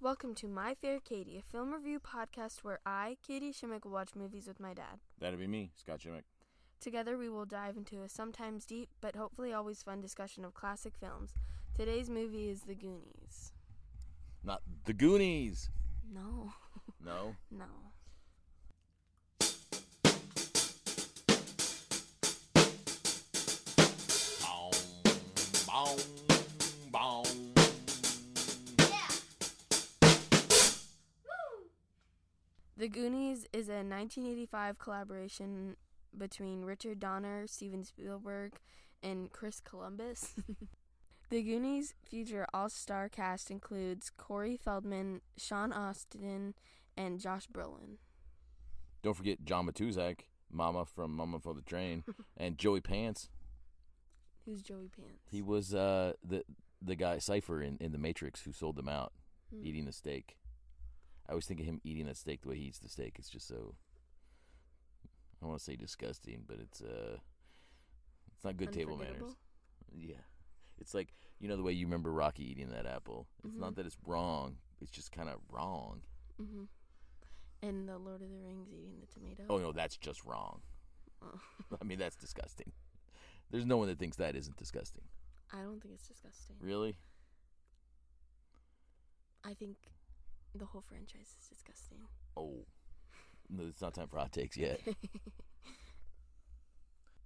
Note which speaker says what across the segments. Speaker 1: Welcome to My Fair Katie, a film review podcast where I, Katie Shimmick, will watch movies with my dad.
Speaker 2: That'd be me, Scott Jimmick.
Speaker 1: Together we will dive into a sometimes deep but hopefully always fun discussion of classic films. Today's movie is The Goonies.
Speaker 2: Not the Goonies.
Speaker 1: No,
Speaker 2: No.
Speaker 1: no.
Speaker 2: Bong, bong, bong.
Speaker 1: The Goonies is a 1985 collaboration between Richard Donner, Steven Spielberg, and Chris Columbus. the Goonies' future all-star cast includes Corey Feldman, Sean Austin, and Josh Brolin.
Speaker 2: Don't forget John Matuzak, Mama from Mama for the Train, and Joey Pants.
Speaker 1: Who's Joey Pants?
Speaker 2: He was uh, the the guy Cipher in, in the Matrix who sold them out,
Speaker 1: Hmm.
Speaker 2: eating the steak. I always think of him eating that steak the way he eats the steak. It's just so I want to say disgusting, but it's uh, it's not good table manners.
Speaker 1: Unforgettable?
Speaker 2: Yeah. It's like, you know, the way you remember Rocky eating that apple. It's
Speaker 1: Mhm.
Speaker 2: not that it's wrong, it's just kind of wrong.
Speaker 1: hmm And the Lord of the Rings eating the tomato.
Speaker 2: Oh, no, that's just wrong.
Speaker 1: Oh.
Speaker 2: I mean, that's disgusting. There's no one that thinks that isn't disgusting.
Speaker 1: I don't think it's disgusting.
Speaker 2: Really?
Speaker 1: I think the whole franchise is disgusting.
Speaker 2: Oh. No, it's not time for hot takes yet.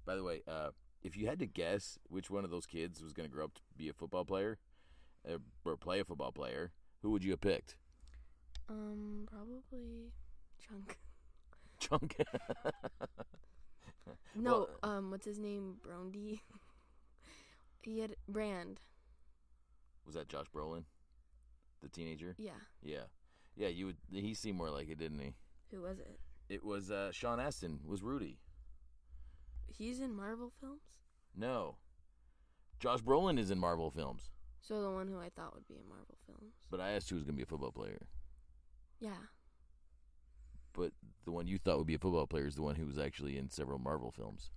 Speaker 2: By the way, uh, if you had to guess which one of those kids was going to grow up to be a football player uh, or play a football player, who would you have picked?
Speaker 1: um, probably Chunk.
Speaker 2: Chunk.
Speaker 1: No,
Speaker 2: Well-
Speaker 1: um, what's his name? Brondy. he had Brand.
Speaker 2: was that Josh Brolin? The teenager?
Speaker 1: Yeah.
Speaker 2: Yeah. Yeah, you would he seemed more like it, didn't he?
Speaker 1: Who was it?
Speaker 2: It was uh, Sean Astin was Rudy.
Speaker 1: He's in Marvel films.
Speaker 2: No, Josh Brolin is in Marvel films.
Speaker 1: So the one who I thought would be in Marvel films.
Speaker 2: But I asked who was going to be a football player.
Speaker 1: Yeah.
Speaker 2: But the one you thought would be a football player is the one who was actually in several Marvel films.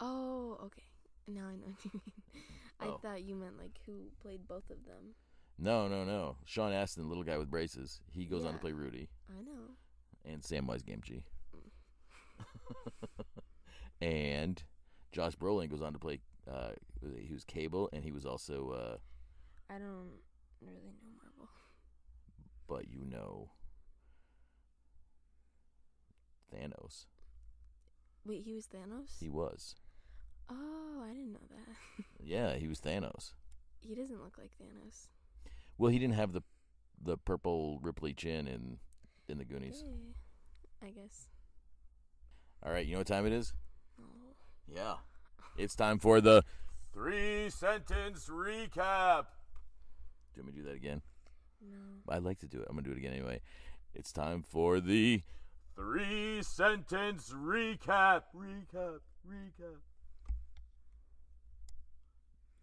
Speaker 1: Oh, okay. Now I know what you mean. I
Speaker 2: Oh.
Speaker 1: thought you meant like who played both of them.
Speaker 2: No, no, no. Sean Astin, little guy with braces, he goes on to
Speaker 1: Yeah.
Speaker 2: play Rudy
Speaker 1: I know.
Speaker 2: and Samwise Gamgee. and Josh Brolin goes on to play. Uh, he was Cable, and he was also. Uh,
Speaker 1: I don't really know Marvel.
Speaker 2: but you know, Thanos.
Speaker 1: Wait, he was Thanos?
Speaker 2: He was.
Speaker 1: oh, I didn't know that.
Speaker 2: Yeah, he was Thanos.
Speaker 1: He doesn't look like Thanos.
Speaker 2: Well, he didn't have the the purple Ripley chin in in the Goonies.
Speaker 1: Okay. I guess.
Speaker 2: All right, you know what time it is?
Speaker 1: Oh.
Speaker 2: Yeah, it's time for the three sentence recap. Do you want me to do that again?
Speaker 1: No.
Speaker 2: I'd like to do it. I'm gonna do it again anyway. It's time for the three sentence recap. Recap. Recap.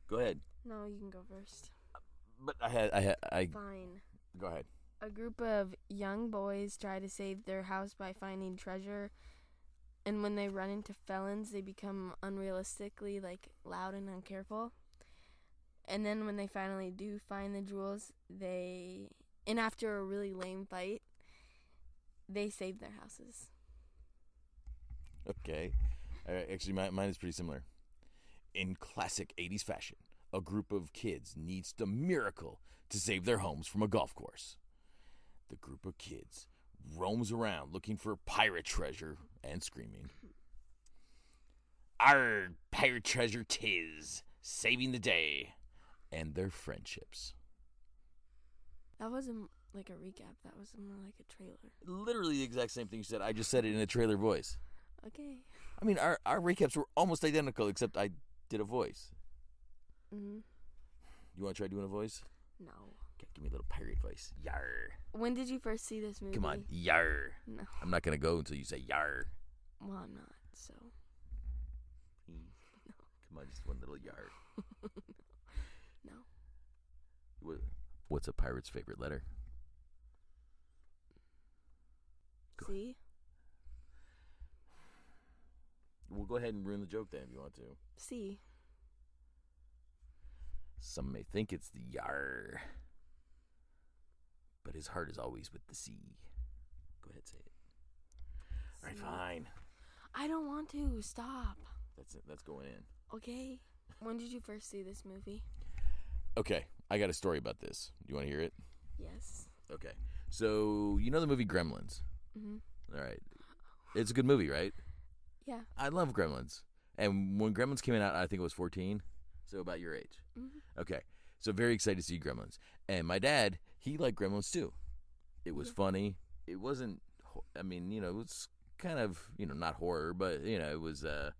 Speaker 2: Go ahead.
Speaker 1: No, you can go first.
Speaker 2: But I had I had I
Speaker 1: Fine.
Speaker 2: go ahead.
Speaker 1: A group of young boys try to save their house by finding treasure, and when they run into felons, they become unrealistically like loud and uncareful. And then when they finally do find the jewels, they and after a really lame fight, they save their houses.
Speaker 2: Okay. All right, actually, mine, mine is pretty similar. In classic 80s fashion, a group of kids needs the miracle to save their homes from a golf course. The group of kids roams around looking for pirate treasure and screaming. Our pirate treasure tis, saving the day, and their friendships.
Speaker 1: That wasn't like a recap. That was more like a trailer.
Speaker 2: Literally the exact same thing you said. I just said it in a trailer voice.
Speaker 1: Okay.
Speaker 2: I mean, our, our recaps were almost identical, except I did a voice.
Speaker 1: Mm,
Speaker 2: You want to try doing a voice?
Speaker 1: no.
Speaker 2: Okay, give me a little pirate voice. Yar.
Speaker 1: When did you first see this movie?
Speaker 2: Come on. Yar.
Speaker 1: No.
Speaker 2: I'm not going to go until you say yar.
Speaker 1: Well, I'm not. So.
Speaker 2: Mm. Come on, just one little yar.
Speaker 1: No.
Speaker 2: Wha- What's a pirate's favorite letter? Go ahead.
Speaker 1: See?
Speaker 2: We'll go ahead and ruin the joke then if you want to.
Speaker 1: See.
Speaker 2: Some may think it's the yar, but his heart is always with the sea. Go ahead, say it. All right,
Speaker 1: See?
Speaker 2: fine.
Speaker 1: I don't want to. Stop.
Speaker 2: That's it. That's going in.
Speaker 1: Okay. When did you first see this movie?
Speaker 2: Okay, I got a story about this. You want to hear it?
Speaker 1: Yes.
Speaker 2: Okay. So you know the movie Gremlins.
Speaker 1: hmm
Speaker 2: All right. It's a good movie, right?
Speaker 1: Yeah.
Speaker 2: I love Gremlins. And when Gremlins came out, I think it was 14. So about your age.
Speaker 1: Mhm.
Speaker 2: Okay. So very excited to see Gremlins. And my dad, he liked Gremlins too. It was
Speaker 1: Yeah.
Speaker 2: funny. It wasn't ho- I mean, you know, it was kind of, you know, not horror, but you know, it was uh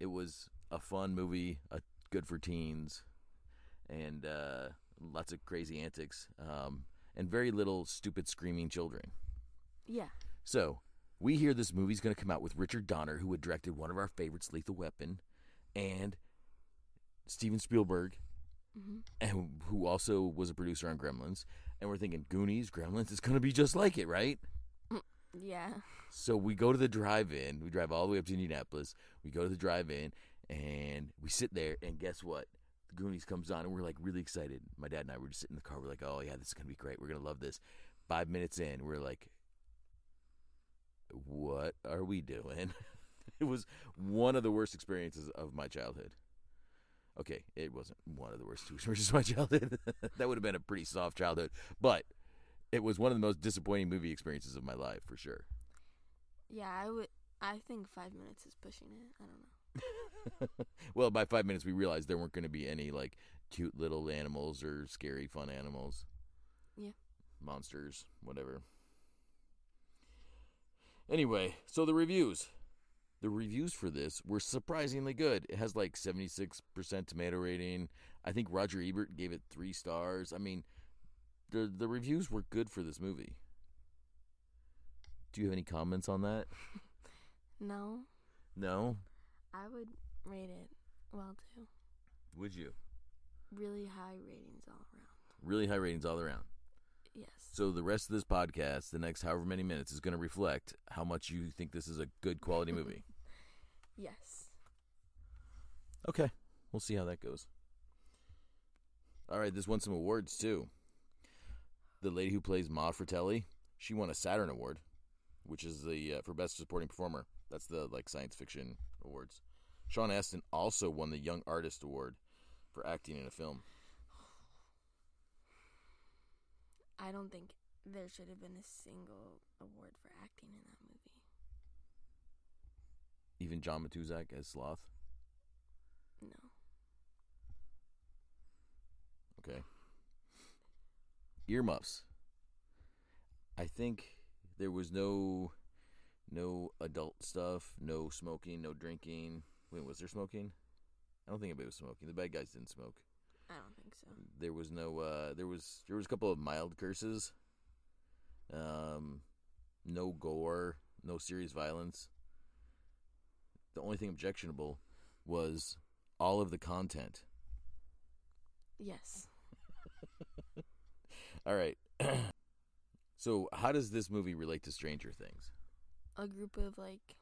Speaker 2: it was a fun movie, a good for teens and uh lots of crazy antics um and very little stupid screaming children.
Speaker 1: Yeah.
Speaker 2: So, we hear this movie's going to come out with Richard Donner, who had directed one of our favorites, Lethal Weapon, and Steven Spielberg,
Speaker 1: hmm
Speaker 2: and who also was a producer on Gremlins. And we're thinking, Goonies, Gremlins, it's going to be just like it, right?
Speaker 1: Yeah.
Speaker 2: So we go to the drive-in. We drive all the way up to Indianapolis. We go to the drive-in, and we sit there. And guess what? The Goonies comes on, and we're like really excited. My dad and I were just sitting in the car. We're like, "Oh yeah, this is gonna be great. We're gonna love this." Five minutes in, we're like, "What are we doing?" it was one of the worst experiences of my childhood. Okay, it wasn't one of the worst experiences of my childhood. that would have been a pretty soft childhood, but it was one of the most disappointing movie experiences of my life for sure.
Speaker 1: Yeah. I would. I think five minutes is pushing it. I don't know.
Speaker 2: well, by five minutes, we realized there weren't going to be any like cute little animals or scary fun animals.
Speaker 1: Yeah.
Speaker 2: Monsters, whatever. Anyway, so the reviews. The reviews for this were surprisingly good. It has like 76% tomato rating. I think Roger Ebert gave it three stars. I mean, the, the reviews were good for this movie. Do you have any comments on that?
Speaker 1: No.
Speaker 2: No?
Speaker 1: I would rate it well too.
Speaker 2: Would you?
Speaker 1: Really high ratings all around.
Speaker 2: Really high ratings all around.
Speaker 1: Yes.
Speaker 2: So the rest of this podcast, the next however many minutes, is going to reflect how much you think this is a good quality movie.
Speaker 1: Yes.
Speaker 2: okay, we'll see how that goes. All right, this won some awards too. The lady who plays Ma Fratelli, she won a Saturn Award, which is the uh, for best supporting performer. That's the like science fiction awards. Sean Astin also won the Young Artist Award for acting in a film.
Speaker 1: I don't think there should have been a single award for acting in that movie.
Speaker 2: Even John Matuzak as Sloth.
Speaker 1: No.
Speaker 2: Okay. Earmuffs. I think there was no no adult stuff, no smoking, no drinking. Wait, was there smoking? I don't think anybody was smoking. The bad guys didn't smoke.
Speaker 1: I don't think so.
Speaker 2: There was no uh there was there was a couple of mild curses. Um no gore, no serious violence. The only thing objectionable was all of the content.
Speaker 1: Yes.
Speaker 2: All right. so, how does this movie relate to Stranger Things?
Speaker 1: A group of like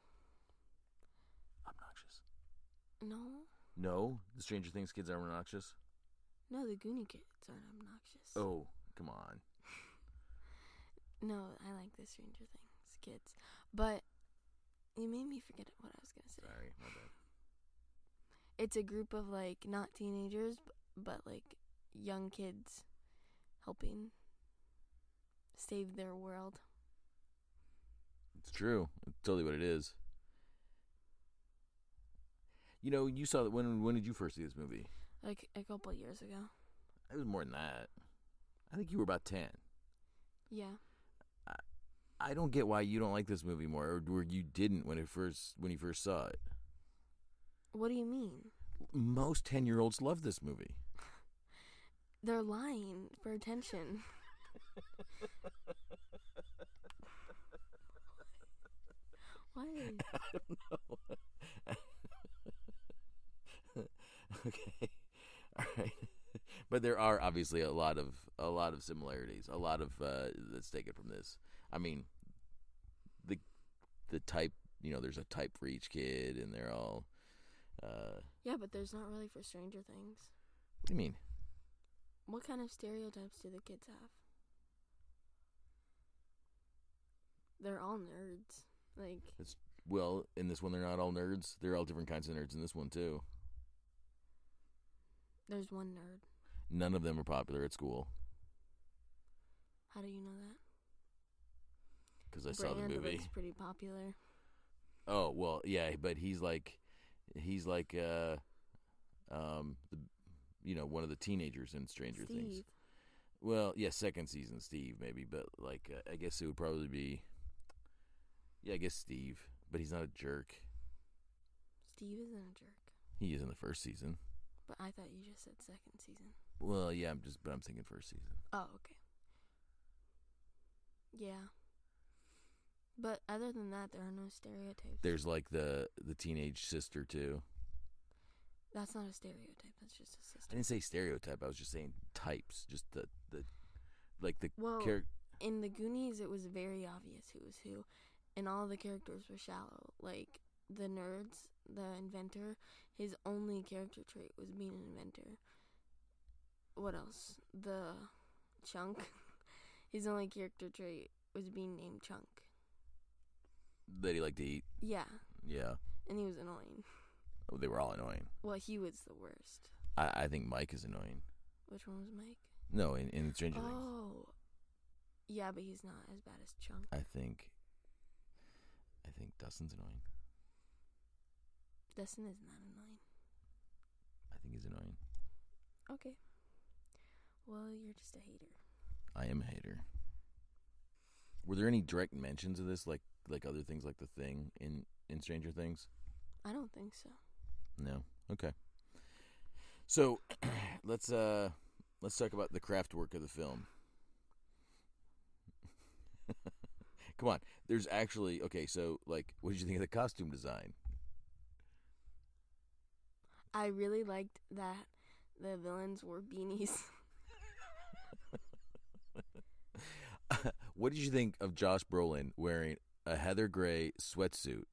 Speaker 2: Obnoxious.
Speaker 1: no,
Speaker 2: No, the Stranger Things kids are obnoxious.
Speaker 1: no, the Goonie kids aren't obnoxious.
Speaker 2: Oh, come on.
Speaker 1: No, I like the Stranger Things kids, but you made me forget what I was gonna say.
Speaker 2: Sorry, my bad.
Speaker 1: It's a group of like not teenagers, b- but like young kids helping save their world.
Speaker 2: It's true. It's totally what it is. You know, you saw that when when did you first see this movie?
Speaker 1: Like a couple years ago.
Speaker 2: It was more than that. I think you were about 10.
Speaker 1: Yeah.
Speaker 2: I don't get why you don't like this movie more or, or you didn't when it first when you first saw it.
Speaker 1: What do you mean?
Speaker 2: Most 10-year-olds love this movie.
Speaker 1: They're lying for attention. Why?
Speaker 2: okay all right but there are obviously a lot of a lot of similarities a lot of uh that's taken from this i mean the the type you know there's a type for each kid and they're all uh
Speaker 1: Yeah, but there's not really for Stranger Things.
Speaker 2: What do you mean?
Speaker 1: What kind of stereotypes do the kids have? They're all nerds. Like,
Speaker 2: Well, in this one, they're not all nerds. They're all different kinds of nerds in this one, too.
Speaker 1: there's one nerd.
Speaker 2: None of them are popular at school
Speaker 1: How do you know that?
Speaker 2: because I saw the
Speaker 1: Brand
Speaker 2: movie.
Speaker 1: looks pretty popular.
Speaker 2: Oh well, yeah, but he's like, he's like, uh, um, the, you know, one of the teenagers in Stranger Things.
Speaker 1: Steve.
Speaker 2: Well, yeah, second season Steve maybe, but like uh, I guess it would probably be, yeah, I guess Steve, but he's not a jerk.
Speaker 1: Steve isn't a jerk.
Speaker 2: He is in the first season.
Speaker 1: But I thought you just said second season.
Speaker 2: Well, yeah, I'm just, but I'm thinking first season.
Speaker 1: Oh, okay. Yeah. But other than that, there are no stereotypes.
Speaker 2: There's like the the teenage sister too.
Speaker 1: That's not a stereotype. That's just a system.
Speaker 2: I didn't say stereotype. I was just saying types. Just the the like the
Speaker 1: Well,
Speaker 2: character.
Speaker 1: in the Goonies, it was very obvious who was who, and all the characters were shallow. Like the nerds, the inventor, his only character trait was being an inventor. What else? The chunk, his only character trait was being named Chunk.
Speaker 2: that he liked to eat.
Speaker 1: Yeah,
Speaker 2: Yeah,
Speaker 1: and he was annoying.
Speaker 2: Oh, they were all annoying.
Speaker 1: Well, he was the worst.
Speaker 2: I, I think Mike is annoying.
Speaker 1: Which one was Mike?
Speaker 2: No, in, in Stranger Things,
Speaker 1: Oh, yeah, but he's not as bad as Chunk.
Speaker 2: I think, I think Dustin's annoying.
Speaker 1: Dustin is not annoying.
Speaker 2: I think he's annoying.
Speaker 1: Okay. Well, you're just a hater.
Speaker 2: I am a hater. Were there any direct mentions of this, like like other things, like the thing in in Stranger Things?
Speaker 1: I don't think so.
Speaker 2: No. Okay. So let's uh let's talk about the craft work of the film. Come on. There's actually okay, so like what did you think of the costume design?
Speaker 1: I really liked that the villains wore beanies.
Speaker 2: What did you think of Josh Brolin wearing a heather gray sweatsuit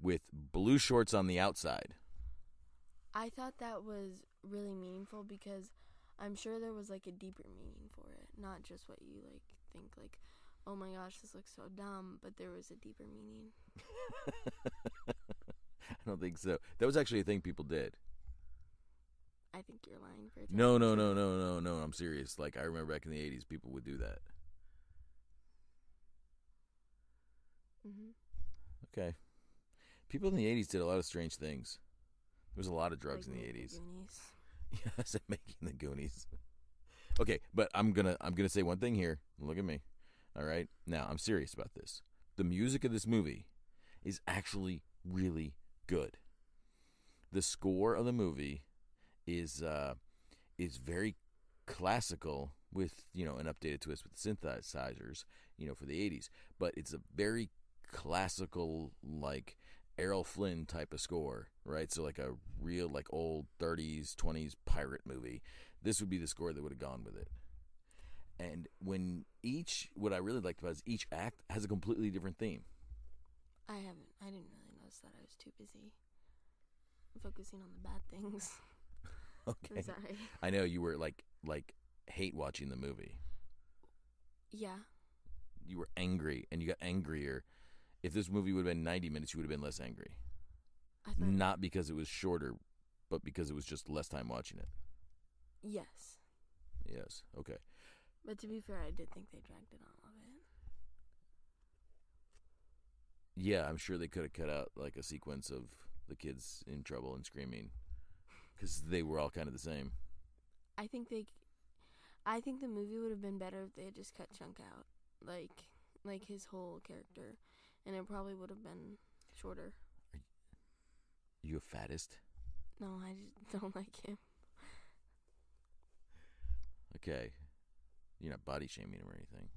Speaker 2: with blue shorts on the outside?
Speaker 1: I thought that was really meaningful because I'm sure there was like a deeper meaning for it, not just what you like think like, oh my gosh, this looks so dumb, but there was a deeper meaning.
Speaker 2: I don't think so. That was actually a thing people did.
Speaker 1: I think you're lying for a
Speaker 2: No,
Speaker 1: second.
Speaker 2: no, no, no, no, no. I'm serious. Like I remember back in the '80s, people would do that.
Speaker 1: Mhm.
Speaker 2: Okay. People in the 80s did a lot of strange things. There was a lot of drugs
Speaker 1: Like
Speaker 2: in the
Speaker 1: Meet
Speaker 2: 80s.
Speaker 1: Goonies.
Speaker 2: Yes, I'm making the Goonies. Okay, but I'm going to I'm going to say one thing here. Look at me. All right? Now, I'm serious about this. The music of this movie is actually really good. The score of the movie is uh is very classical with, you know, an updated twist with synthesizers, you know, for the 80s, but it's a very classical like Errol Flynn type of score, right? So like a real like old 30s, 20s pirate movie. This would be the score that would have gone with it. And when each what I really liked about is each act has a completely different theme.
Speaker 1: I haven't. I didn't really notice that. I was too busy focusing on the bad things.
Speaker 2: Okay.
Speaker 1: I'm sorry.
Speaker 2: I know you were like like hate watching the movie.
Speaker 1: Yeah.
Speaker 2: You were angry and you got angrier. If this movie would have been 90 minutes, you would have been less angry.
Speaker 1: I thought.
Speaker 2: Not because it was shorter, but because it was just less time watching it.
Speaker 1: Yes.
Speaker 2: Yes. Okay.
Speaker 1: But to be fair, I did think they dragged it on a little bit.
Speaker 2: Yeah, I'm sure they could have cut out like a sequence of the kids in trouble and screaming because they were all kind of the same.
Speaker 1: I think they. c- I think the movie would have been better if they had just cut Chunk out, like like his whole character, and it probably would have been shorter.
Speaker 2: You a fattest?
Speaker 1: No, I just don't like him.
Speaker 2: Okay. You're not body shaming him or anything.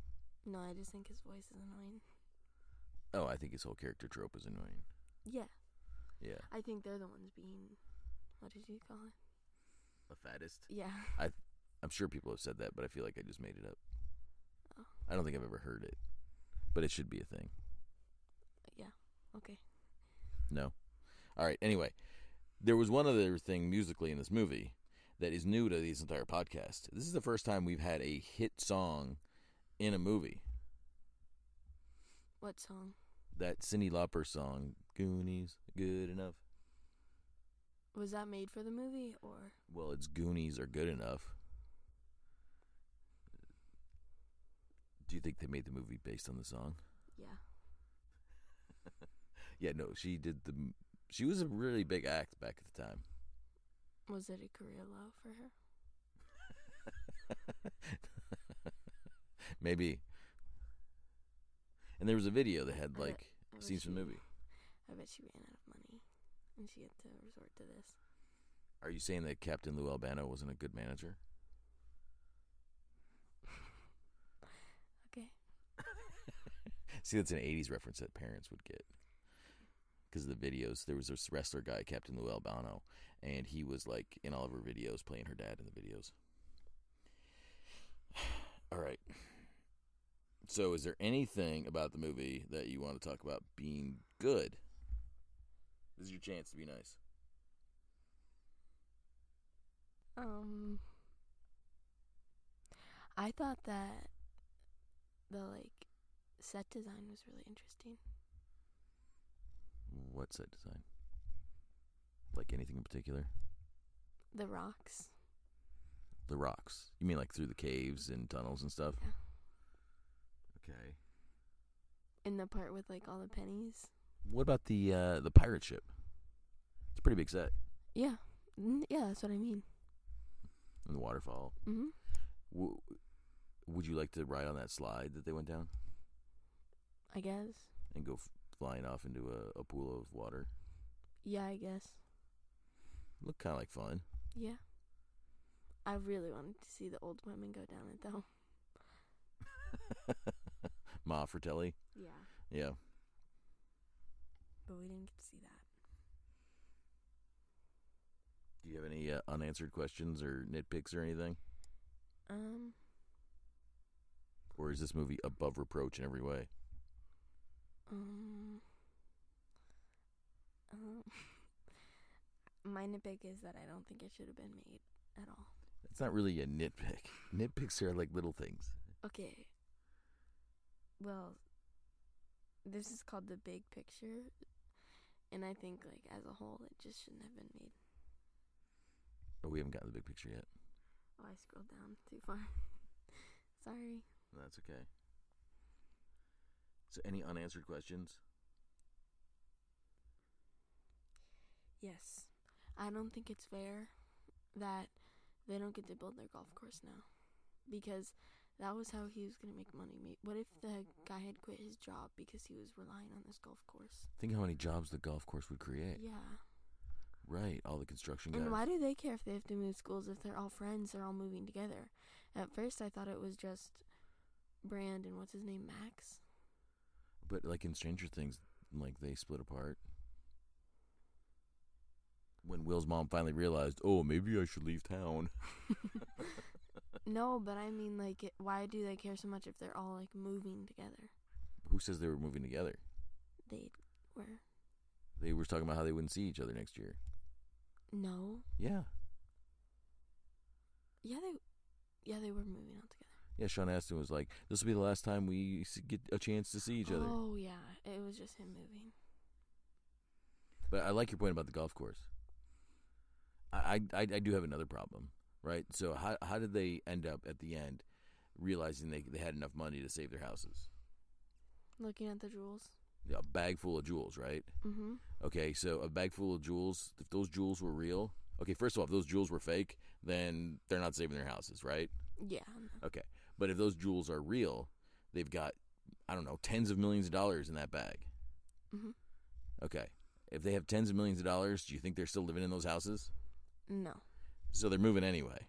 Speaker 1: No, I just think his voice is annoying.
Speaker 2: Oh, I think his whole character trope is annoying.
Speaker 1: Yeah,
Speaker 2: Yeah.
Speaker 1: I think they're the ones being. What did you call it?
Speaker 2: A fattest?
Speaker 1: Yeah.
Speaker 2: I'm sure people have said that, but I feel like I just made it up.
Speaker 1: Oh.
Speaker 2: I don't think I've ever heard it, but it should be a thing.
Speaker 1: Okay.
Speaker 2: All right. Anyway, there was one other thing musically in this movie that is new to this entire podcast. This is the first time we've had a hit song in a movie.
Speaker 1: What song?
Speaker 2: That Cindy Lauper song, Goonies, good enough.
Speaker 1: Was that made for the movie or?
Speaker 2: Well, it's Goonies are good enough. Do you think they made the movie based on the song?
Speaker 1: Yeah.
Speaker 2: Yeah, no, she did the. She was a really big act back at the time.
Speaker 1: Was it a career low for her?
Speaker 2: Maybe. And there was a video that had
Speaker 1: I bet-
Speaker 2: like
Speaker 1: I bet
Speaker 2: scenes from the
Speaker 1: she-
Speaker 2: movie.
Speaker 1: I bet she ran out of money and she had to resort to this.
Speaker 2: Are you saying that Captain Lou Albano wasn't a good manager?
Speaker 1: Okay.
Speaker 2: See, that's an '80s reference that parents would get because of the videos. There was this wrestler guy, Captain Lou Albano, and he was like in all of her videos, playing her dad in the videos. All right. So, is there anything about the movie that you want to talk about being good? This is your chance to be nice.
Speaker 1: Um I thought that the like set design was really interesting.
Speaker 2: What's that design? Like anything in particular?
Speaker 1: The rocks.
Speaker 2: The rocks. You mean like through the caves and tunnels and stuff?
Speaker 1: Yeah.
Speaker 2: Okay.
Speaker 1: In the part with like all the pennies.
Speaker 2: What about the uh, the pirate ship? It's a pretty big set.
Speaker 1: Yeah. Mm, yeah, that's what I mean.
Speaker 2: And the waterfall.
Speaker 1: Mhm.
Speaker 2: W- would you like to ride on that slide that they went down
Speaker 1: I guess.
Speaker 2: and go f- flying off into a, a pool of water?
Speaker 1: Yeah, I guess.
Speaker 2: Look kind of like fun.
Speaker 1: Yeah. I really wanted to see the old women go down it though.
Speaker 2: Ma Fratelli.
Speaker 1: Yeah.
Speaker 2: Yeah.
Speaker 1: But we didn't get to see that.
Speaker 2: Do you have any uh, unanswered questions or nitpicks or anything?
Speaker 1: Um
Speaker 2: Or is this movie above reproach in every way?
Speaker 1: Um, um my nitpick is that I don't think it should have been made at all.
Speaker 2: It's not really a nitpick. Nitpicks are like little things.
Speaker 1: Okay. Well, this is called the big picture, and I think like as a whole, it just shouldn't have been made.
Speaker 2: Oh, we haven't gotten the big picture yet.
Speaker 1: Oh, I scrolled down too far. Sorry.
Speaker 2: That's okay. So, any unanswered questions?
Speaker 1: Yes, I don't think it's fair that they don't get to build their golf course now because that was how he was going to make money. Ma- What if the guy had quit his job because he was relying on this golf course?
Speaker 2: Think how many jobs the golf course would create.
Speaker 1: Yeah.
Speaker 2: Right, all the construction guys.
Speaker 1: And why do they care if they have to move schools if they're all friends? They're all moving together. At first, I thought it was just Brand and what's his name, Max.
Speaker 2: but like in Stranger Things, like they split apart. When Will's mom finally realized, oh, maybe I should leave town.
Speaker 1: No, but I mean, like, it, why do they care so much if they're all like moving together?
Speaker 2: Who says they were moving together?
Speaker 1: They were
Speaker 2: They were talking about how they wouldn't see each other next year.
Speaker 1: no.
Speaker 2: Yeah,
Speaker 1: Yeah, they, yeah, they were moving out together.
Speaker 2: yeah. Sean Astin was like, "This will be the last time we s- get a chance to see each other."
Speaker 1: Oh yeah, it was just him moving.
Speaker 2: But I like your point about the golf course. I I, I I do have another problem, right? So how how did they end up at the end realizing they they had enough money to save their houses?
Speaker 1: Looking at the jewels.
Speaker 2: A bag full of jewels, right?
Speaker 1: Mm-hmm.
Speaker 2: Okay, so a bag full of jewels. If those jewels were real, okay, first of all, if those jewels were fake, then they're not saving their houses, right?
Speaker 1: Yeah. no.
Speaker 2: Okay, but if those jewels are real, they've got I don't know tens of millions of dollars in that bag.
Speaker 1: Mhm.
Speaker 2: Okay, if they have tens of millions of dollars, do you think they're still living in those houses?
Speaker 1: No.
Speaker 2: So they're moving anyway.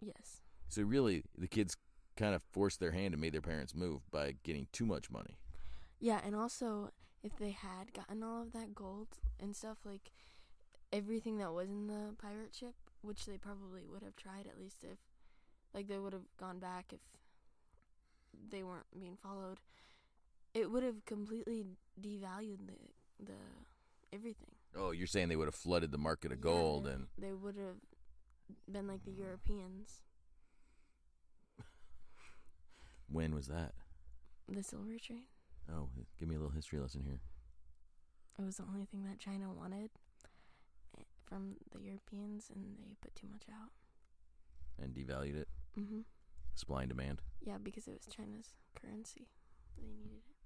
Speaker 1: Yes.
Speaker 2: So really, the kids kind of forced their hand and made their parents move by getting too much money.
Speaker 1: Yeah, and also if they had gotten all of that gold and stuff, like everything that was in the pirate ship, which they probably would have tried at least if, like, they would have gone back if they weren't being followed. It would have completely devalued the the everything.
Speaker 2: Oh, you're saying they would have flooded the market of
Speaker 1: Yeah,
Speaker 2: gold
Speaker 1: they-
Speaker 2: and
Speaker 1: they would have been like the Europeans.
Speaker 2: When was that?
Speaker 1: The Silver Train.
Speaker 2: Oh, give me a little history lesson here.
Speaker 1: It was the only thing that China wanted eh, from the Europeans, and they put too much out.
Speaker 2: And devalued it.
Speaker 1: hmm
Speaker 2: Supply and demand.
Speaker 1: Yeah, because it was China's currency. They needed it.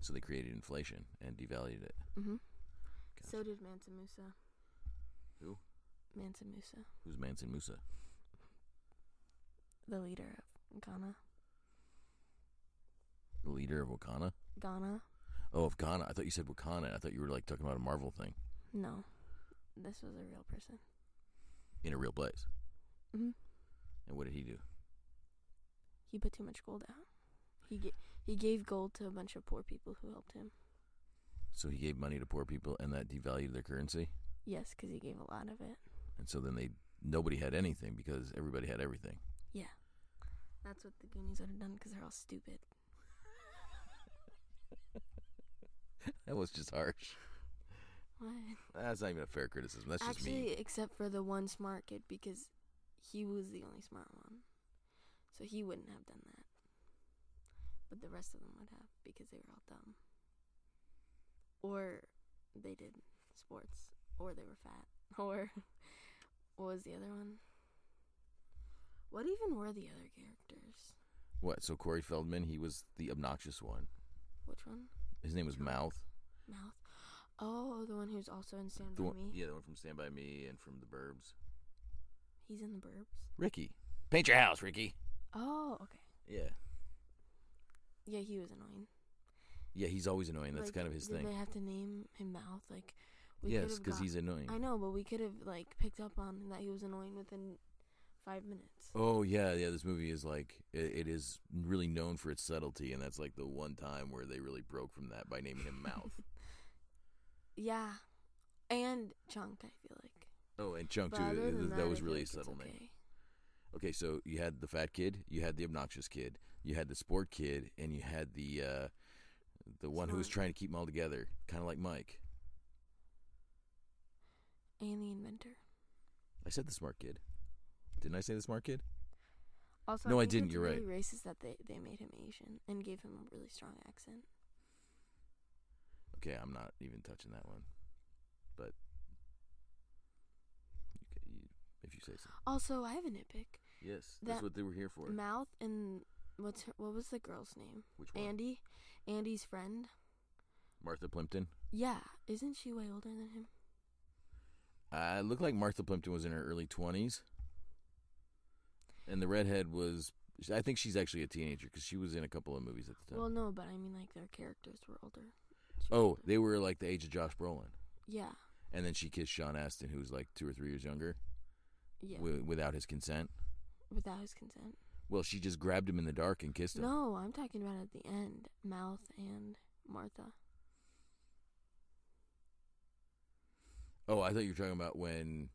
Speaker 2: So they created inflation and devalued it.
Speaker 1: hmm
Speaker 2: Gotcha.
Speaker 1: So did Mansa Musa.
Speaker 2: Who?
Speaker 1: Mansa Musa,
Speaker 2: Who's Manson Musa?
Speaker 1: the leader of Ghana.
Speaker 2: The leader of Wakana?
Speaker 1: Ghana?
Speaker 2: Oh, of Ghana. I thought you said Wakana. I thought you were like talking about a Marvel thing
Speaker 1: No. This was a real person.
Speaker 2: in a real place.
Speaker 1: Mhm.
Speaker 2: And what did he do?
Speaker 1: He put too much gold out. He ga- he gave gold to a bunch of poor people who helped him.
Speaker 2: So he gave money to poor people and that devalued their currency.
Speaker 1: Yes, 'cause he gave a lot of it.
Speaker 2: And so then they nobody had anything because everybody had everything.
Speaker 1: That's what the Goonies would have done 'cause they're all stupid.
Speaker 2: That was just harsh.
Speaker 1: What?
Speaker 2: That's not even a fair criticism. That's just
Speaker 1: Actually,
Speaker 2: me.
Speaker 1: except for the one smart kid because he was the only smart one. So he wouldn't have done that. But the rest of them would have because they were all dumb. Or they did sports. Or they were fat. Or what was the other one? What even were the other characters?
Speaker 2: What? So Corey Feldman, he was the obnoxious one.
Speaker 1: Which one?
Speaker 2: His name was Mouth.
Speaker 1: Mouth. Oh, the one who's also in Stand
Speaker 2: The
Speaker 1: By
Speaker 2: one,
Speaker 1: Me.
Speaker 2: yeah, the one from Stand By Me and from The Burbs.
Speaker 1: He's in the Burbs.
Speaker 2: Ricky. Paint your house, Ricky.
Speaker 1: Oh, okay.
Speaker 2: Yeah.
Speaker 1: Yeah, he was annoying.
Speaker 2: Yeah, he's always annoying. That's
Speaker 1: Like,
Speaker 2: kind of his
Speaker 1: did
Speaker 2: thing.
Speaker 1: They have to name him mouth, like
Speaker 2: Yes,
Speaker 1: could've
Speaker 2: because
Speaker 1: got-
Speaker 2: he's annoying.
Speaker 1: I know, but we could have like picked up on that he was annoying within five minutes.
Speaker 2: Oh yeah, yeah. This movie is like it, it is really known for its subtlety, and that's like the one time where they really broke from that by naming him Mouth.
Speaker 1: Yeah, and Chunk, I feel like.
Speaker 2: oh, and Chunk
Speaker 1: But
Speaker 2: too.
Speaker 1: other
Speaker 2: th-
Speaker 1: than
Speaker 2: That,
Speaker 1: I
Speaker 2: was
Speaker 1: feel
Speaker 2: really a
Speaker 1: like it's
Speaker 2: subtle name.
Speaker 1: okay.
Speaker 2: Okay, so you had the fat kid, you had the obnoxious kid, you had the sport kid, and you had the uh, the one who was
Speaker 1: Smart.
Speaker 2: trying to keep them all together, kind of like Mike.
Speaker 1: And the inventor.
Speaker 2: I said the smart kid. Didn't I say the smart kid?
Speaker 1: Also,
Speaker 2: No, I
Speaker 1: think
Speaker 2: didn't,
Speaker 1: it's
Speaker 2: you're right.
Speaker 1: really Racist that they they made him Asian and gave him a really strong accent.
Speaker 2: Okay, I'm not even touching that one. But you ca- you, if you say so,
Speaker 1: Also, I have a nitpick.
Speaker 2: yes, that's
Speaker 1: That-
Speaker 2: what they were here for.
Speaker 1: Mouth and what's her, what was the girl's name?
Speaker 2: Which one?
Speaker 1: Andy, Andy's friend.
Speaker 2: Martha Plimpton.
Speaker 1: Yeah, isn't she way older than him?
Speaker 2: Uh, it looked like Martha Plimpton was in her early 20s. And the redhead was, I think she's actually a teenager because she was in a couple of movies at the time.
Speaker 1: Well, no, but I mean, like their characters were older. She was
Speaker 2: oh,
Speaker 1: older.
Speaker 2: they were like the age of Josh Brolin.
Speaker 1: yeah,
Speaker 2: And then she kissed Sean Astin, who was like two or three years younger,
Speaker 1: yeah,
Speaker 2: wi- without his consent.
Speaker 1: without his consent.
Speaker 2: Well, she just grabbed him in the dark and kissed him.
Speaker 1: No, I'm talking about at the end, Mouth and Martha.
Speaker 2: Oh, I thought you were talking about when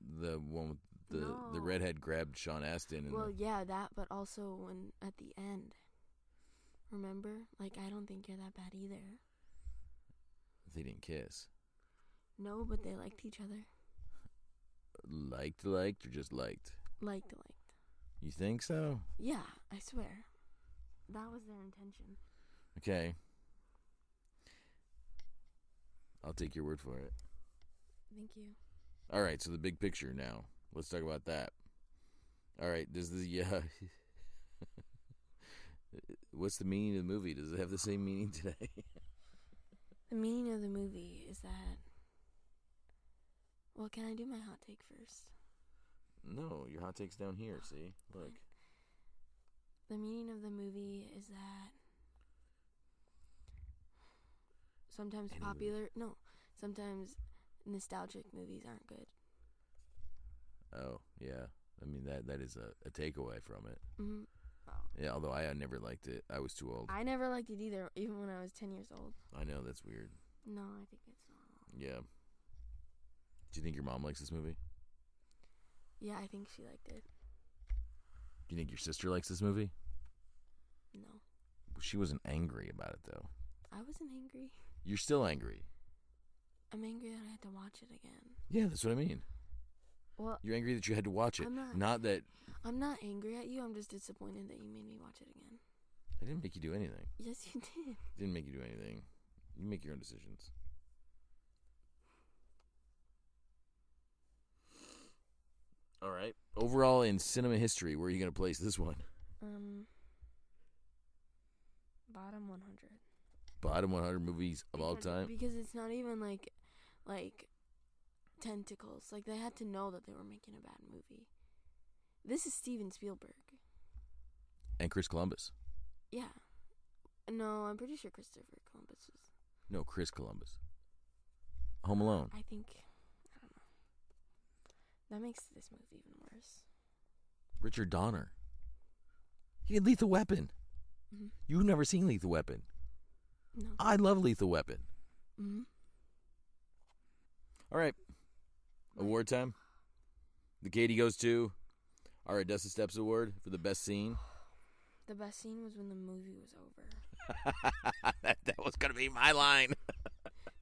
Speaker 2: the one with the, the
Speaker 1: No.
Speaker 2: redhead grabbed Sean Astin. And
Speaker 1: Well,
Speaker 2: the-
Speaker 1: yeah, that, but also when at the end. Remember, like I don't think you're that bad either.
Speaker 2: they didn't kiss.
Speaker 1: No, but they liked each other,
Speaker 2: Liked, liked, or just liked?
Speaker 1: liked, liked.
Speaker 2: You think so?
Speaker 1: Yeah, I swear, that was their intention.
Speaker 2: Okay. I'll take your word for it.
Speaker 1: Thank you.
Speaker 2: All right, so the big picture now. Let's talk about that. All right, does the uh, what's the meaning of the movie? Does it have the same meaning today?
Speaker 1: The meaning of the movie is that. Well, can I do my hot take first?
Speaker 2: no, your hot take's down here. See, look,
Speaker 1: The meaning of the movie is that sometimes
Speaker 2: Any movie.
Speaker 1: popular, no, sometimes nostalgic movies aren't good.
Speaker 2: oh yeah. I mean that that is a, a takeaway from it.
Speaker 1: hmm
Speaker 2: Yeah, although I, I never liked it. I was too old.
Speaker 1: I never liked it either, even when I was 10 years old.
Speaker 2: I know that's weird.
Speaker 1: No, I think it's normal.
Speaker 2: Yeah. Do you think your mom likes this movie?
Speaker 1: Yeah, I think she liked it.
Speaker 2: Do you think your sister likes this movie?
Speaker 1: No,
Speaker 2: She wasn't angry about it though.
Speaker 1: I wasn't angry.
Speaker 2: You're still angry.
Speaker 1: I'm angry that I had to watch it again.
Speaker 2: Yeah, that's what I mean.
Speaker 1: Well,
Speaker 2: You're angry that you had to watch it.
Speaker 1: I'm not-
Speaker 2: that
Speaker 1: I'm not angry at you. I'm just disappointed that you made me watch it again.
Speaker 2: I didn't make you do anything.
Speaker 1: Yes, you did.
Speaker 2: Didn't make you do anything. You make your own decisions. All right. Overall in cinema history, where are you going to place this one?
Speaker 1: Um, bottom 100
Speaker 2: Bottom 100 movies of all
Speaker 1: Because-
Speaker 2: time.
Speaker 1: Because it's not even like, like, tentacles. Like they had to know that they were making a bad movie. This is Steven Spielberg.
Speaker 2: And Chris Columbus.
Speaker 1: Yeah. No, I'm pretty sure Christopher Columbus was.
Speaker 2: No, Chris Columbus. Home Alone.
Speaker 1: I think. I don't know. That makes this movie even worse.
Speaker 2: Richard Donner. He had Lethal Weapon.
Speaker 1: Mhm.
Speaker 2: You've never seen Lethal Weapon.
Speaker 1: No.
Speaker 2: I love Lethal Weapon.
Speaker 1: hmm
Speaker 2: All right. Award time. The Katie goes to our Odessa Steps Award for the best scene.
Speaker 1: The best scene was when the movie was over.
Speaker 2: that, that was going to be my line.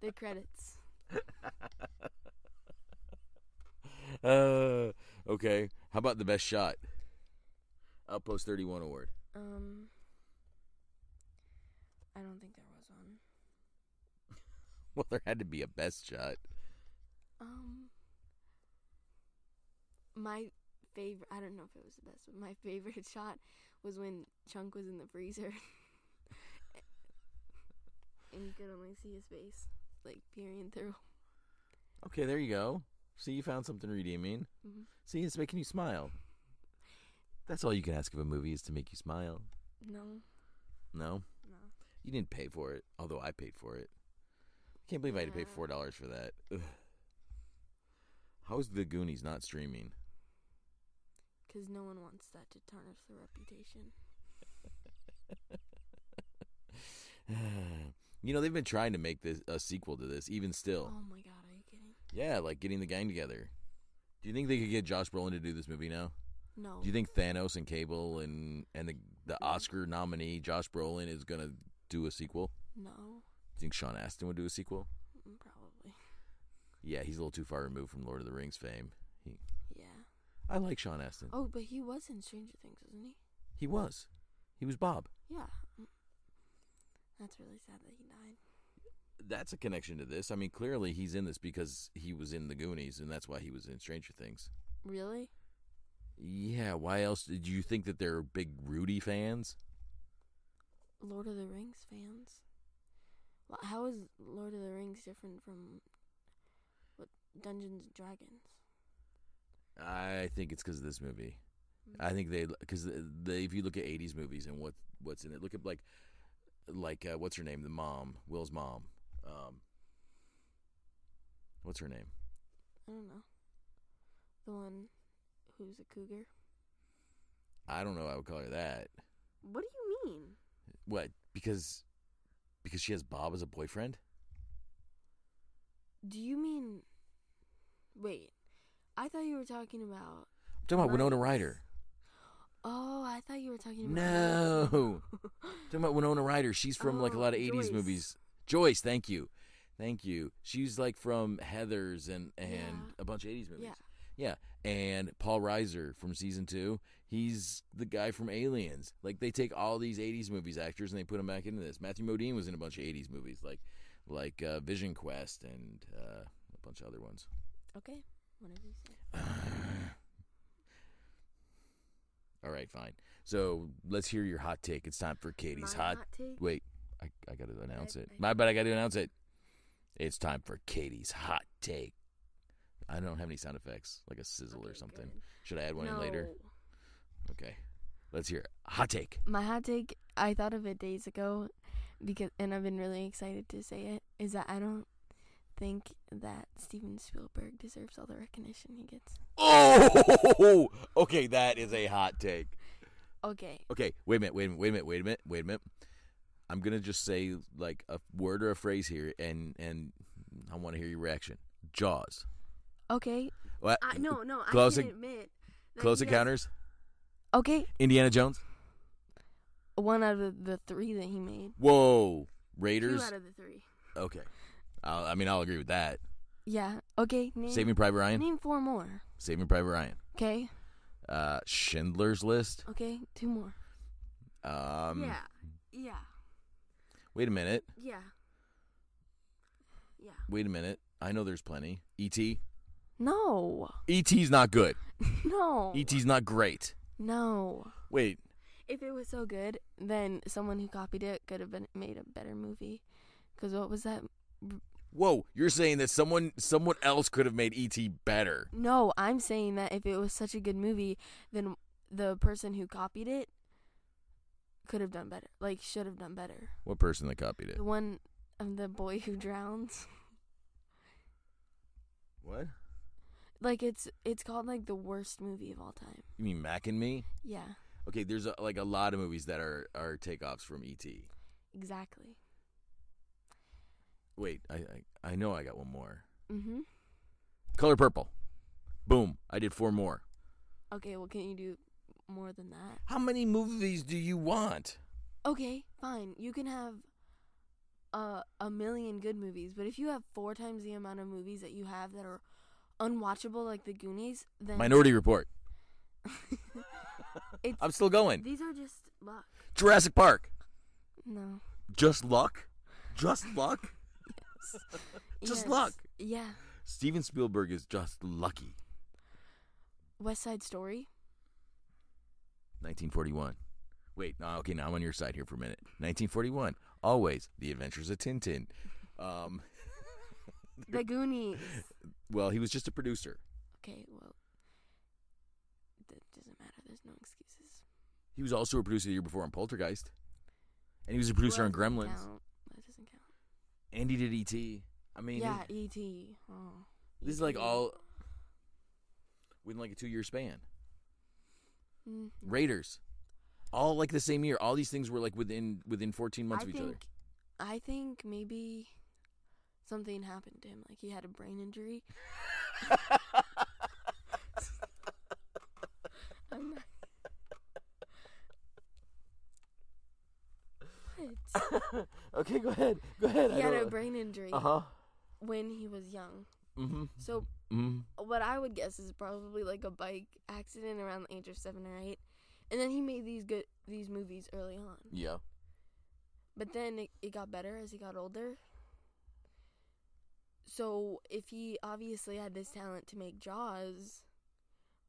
Speaker 1: The credits.
Speaker 2: Uh, okay. How about the best shot? Outpost 31 award.
Speaker 1: Um. I don't think there was one.
Speaker 2: Well, there had to be a best shot.
Speaker 1: Um. My favorite. I don't know if it was the best, but my favorite shot was when Chunk was in the freezer. and you could only see his face, like peering through.
Speaker 2: Okay, there you go. See, you found something redeeming.
Speaker 1: Mhm.
Speaker 2: See, it's making you smile. That's all you can ask of a movie is to make you smile.
Speaker 1: No,
Speaker 2: No?
Speaker 1: no.
Speaker 2: You didn't pay for it, although I paid for it. I can't believe I had to pay
Speaker 1: Yeah.
Speaker 2: four dollars for that. Ugh. How is The Goonies not streaming?
Speaker 1: Because no one wants that to tarnish their reputation.
Speaker 2: you know they've been trying to make this a sequel to this, even still.
Speaker 1: Oh my god, are you kidding?
Speaker 2: Yeah, like getting the gang together. Do you think they could get Josh Brolin to do this movie now?
Speaker 1: No.
Speaker 2: Do you think Thanos and Cable and and the the Oscar nominee Josh Brolin is gonna do a sequel?
Speaker 1: no.
Speaker 2: Do you think Sean Astin would do a sequel?
Speaker 1: Mm, Probably.
Speaker 2: Yeah, he's a little too far removed from Lord of the Rings fame. He,
Speaker 1: Yeah.
Speaker 2: I like Sean Astin.
Speaker 1: Oh, but he was in Stranger Things, wasn't he?
Speaker 2: He was, he was Bob.
Speaker 1: Yeah. Mm. That's really sad that he died.
Speaker 2: That's a connection to this. I mean, clearly he's in this because he was in the Goonies, and that's why he was in Stranger Things.
Speaker 1: Really?
Speaker 2: Yeah, why else? Do you think that they're big Rudy fans?
Speaker 1: Lord of the Rings fans. Wh- How is Lord of the Rings different from what Dungeons and Dragons?
Speaker 2: I think it's because of this movie. I think they because they, if you look at '80s movies and what what's in it, look at like like uh, what's her name, the mom, Will's mom. Um, what's her name?
Speaker 1: I don't know. The one who's a cougar.
Speaker 2: I don't know. I would call her that.
Speaker 1: What do you mean?
Speaker 2: What? Because because she has Bob as a boyfriend.
Speaker 1: Do you mean? Wait, I thought you were talking about.
Speaker 2: I'm talking about Winona
Speaker 1: Nice.
Speaker 2: Ryder.
Speaker 1: Oh, I thought you were talking about.
Speaker 2: No, talking about Winona Ryder. She's from like a
Speaker 1: Oh,
Speaker 2: lot of '80s
Speaker 1: Joyce.
Speaker 2: movies. Joyce, thank you, thank you. She's like from Heather's and and
Speaker 1: Yeah.
Speaker 2: a bunch of '80s movies.
Speaker 1: yeah,
Speaker 2: Yeah, and Paul Reiser from season two. He's the guy from Aliens. Like they take all these '80s movies actors and they put them back into this. Matthew Modine was in a bunch of '80s movies, like like uh, Vision Quest and uh, a bunch of other ones.
Speaker 1: okay, whatever you say.
Speaker 2: all right, fine. So let's hear your hot take. It's time for Katie's
Speaker 1: My
Speaker 2: hot.
Speaker 1: take.
Speaker 2: Wait, I, I got to announce
Speaker 1: I-
Speaker 2: it.
Speaker 1: I-
Speaker 2: My bad, I got to announce it. It's time for Katie's hot take. I don't have any sound effects, like a sizzle or
Speaker 1: Okay,
Speaker 2: something.
Speaker 1: good.
Speaker 2: Should I add one in later?
Speaker 1: No.
Speaker 2: Okay. Let's hear it. Hot take.
Speaker 1: My hot take. I thought of it days ago, because and I've been really excited to say it. Is that I don't think that Steven Spielberg deserves all the recognition he gets.
Speaker 2: Oh, okay. That is a hot take.
Speaker 1: Okay,
Speaker 2: Okay. Wait a minute. Wait a minute. Wait a minute. Wait a minute. Wait a minute. I'm gonna just say like a word or a phrase here, and and I want to hear your reaction. Jaws.
Speaker 1: okay.
Speaker 2: What?
Speaker 1: I, no, no.
Speaker 2: Close
Speaker 1: I
Speaker 2: en-
Speaker 1: can admit. that
Speaker 2: Close
Speaker 1: he has-
Speaker 2: Encounters.
Speaker 1: Okay,
Speaker 2: Indiana Jones.
Speaker 1: one out of the three that he made.
Speaker 2: Whoa. Raiders.
Speaker 1: Two out of the three.
Speaker 2: Okay. I'll, I mean, I'll agree with that.
Speaker 1: Yeah. Okay. Name,
Speaker 2: Saving Private Ryan.
Speaker 1: name four more.
Speaker 2: Saving Private Ryan,
Speaker 1: Okay.
Speaker 2: uh, Schindler's List.
Speaker 1: Okay. Two more.
Speaker 2: Um,
Speaker 1: yeah. Yeah.
Speaker 2: Wait a minute.
Speaker 1: Yeah. Yeah.
Speaker 2: Wait a minute. I know there's plenty. E E.T.
Speaker 1: No.
Speaker 2: E.T.'s not good.
Speaker 1: No.
Speaker 2: E.T.'s not great.
Speaker 1: No.
Speaker 2: Wait.
Speaker 1: If it was so good, then someone who copied it could have been made a better movie. Cause what was that?
Speaker 2: Whoa. You're saying that someone someone else could have made E.T. better.
Speaker 1: No, I'm saying that if it was such a good movie, then the person who copied it could have done better. Like should have done better.
Speaker 2: What person that copied it?
Speaker 1: The one of the boy who drowns.
Speaker 2: What?
Speaker 1: Like it's it's called like the worst movie of all time.
Speaker 2: You mean Mac and Me?
Speaker 1: Yeah,
Speaker 2: Okay, there's a, like a lot of movies that are are takeoffs from E E.T.
Speaker 1: exactly.
Speaker 2: Wait, I I, I know I got one more.
Speaker 1: Mhm.
Speaker 2: Color Purple. Boom. I did four more.
Speaker 1: Okay, well can you do more than that?
Speaker 2: How many movies do you want?
Speaker 1: Okay, fine. You can have a a million good movies, but if you have four times the amount of movies that you have that are unwatchable like the Goonies, then
Speaker 2: Minority Report.
Speaker 1: It's-
Speaker 2: I'm still going.
Speaker 1: These are just luck.
Speaker 2: Jurassic Park.
Speaker 1: No.
Speaker 2: Just luck. Just luck. Just
Speaker 1: Yes.
Speaker 2: luck.
Speaker 1: Yeah.
Speaker 2: Steven Spielberg is just lucky.
Speaker 1: West Side Story.
Speaker 2: 1941. Wait, no, okay, now I'm on your side here for a minute. 1941. Always The Adventures of Tintin. Um,
Speaker 1: The Goonies.
Speaker 2: well, he was just a producer.
Speaker 1: Okay, well that doesn't matter. There's no excuses.
Speaker 2: He was also a producer the year before on Poltergeist. And he was a producer
Speaker 1: Well,
Speaker 2: on
Speaker 1: that doesn't
Speaker 2: Gremlins.
Speaker 1: count. That doesn't count.
Speaker 2: And he did E.T. I mean,
Speaker 1: yeah, E.T. Oh, E
Speaker 2: this is like
Speaker 1: E.T..
Speaker 2: all within like a two year span.
Speaker 1: Mm.
Speaker 2: Raiders. All like the same year. All these things were like within within 14 months
Speaker 1: I
Speaker 2: of each
Speaker 1: think,
Speaker 2: other.
Speaker 1: I think maybe something happened to him. Like he had a brain injury. I'm not. What?
Speaker 2: okay, go ahead. Go ahead. Uh-huh.
Speaker 1: He had a brain injury
Speaker 2: huh.
Speaker 1: when he was young.
Speaker 2: Mm-hmm.
Speaker 1: So
Speaker 2: Mm-hmm.
Speaker 1: what I would guess is probably like a bike accident around the age of seven or eight, and then he made these good these movies early on.
Speaker 2: Yeah.
Speaker 1: But then it, it got better as he got older. So if he obviously had this talent to make Jaws,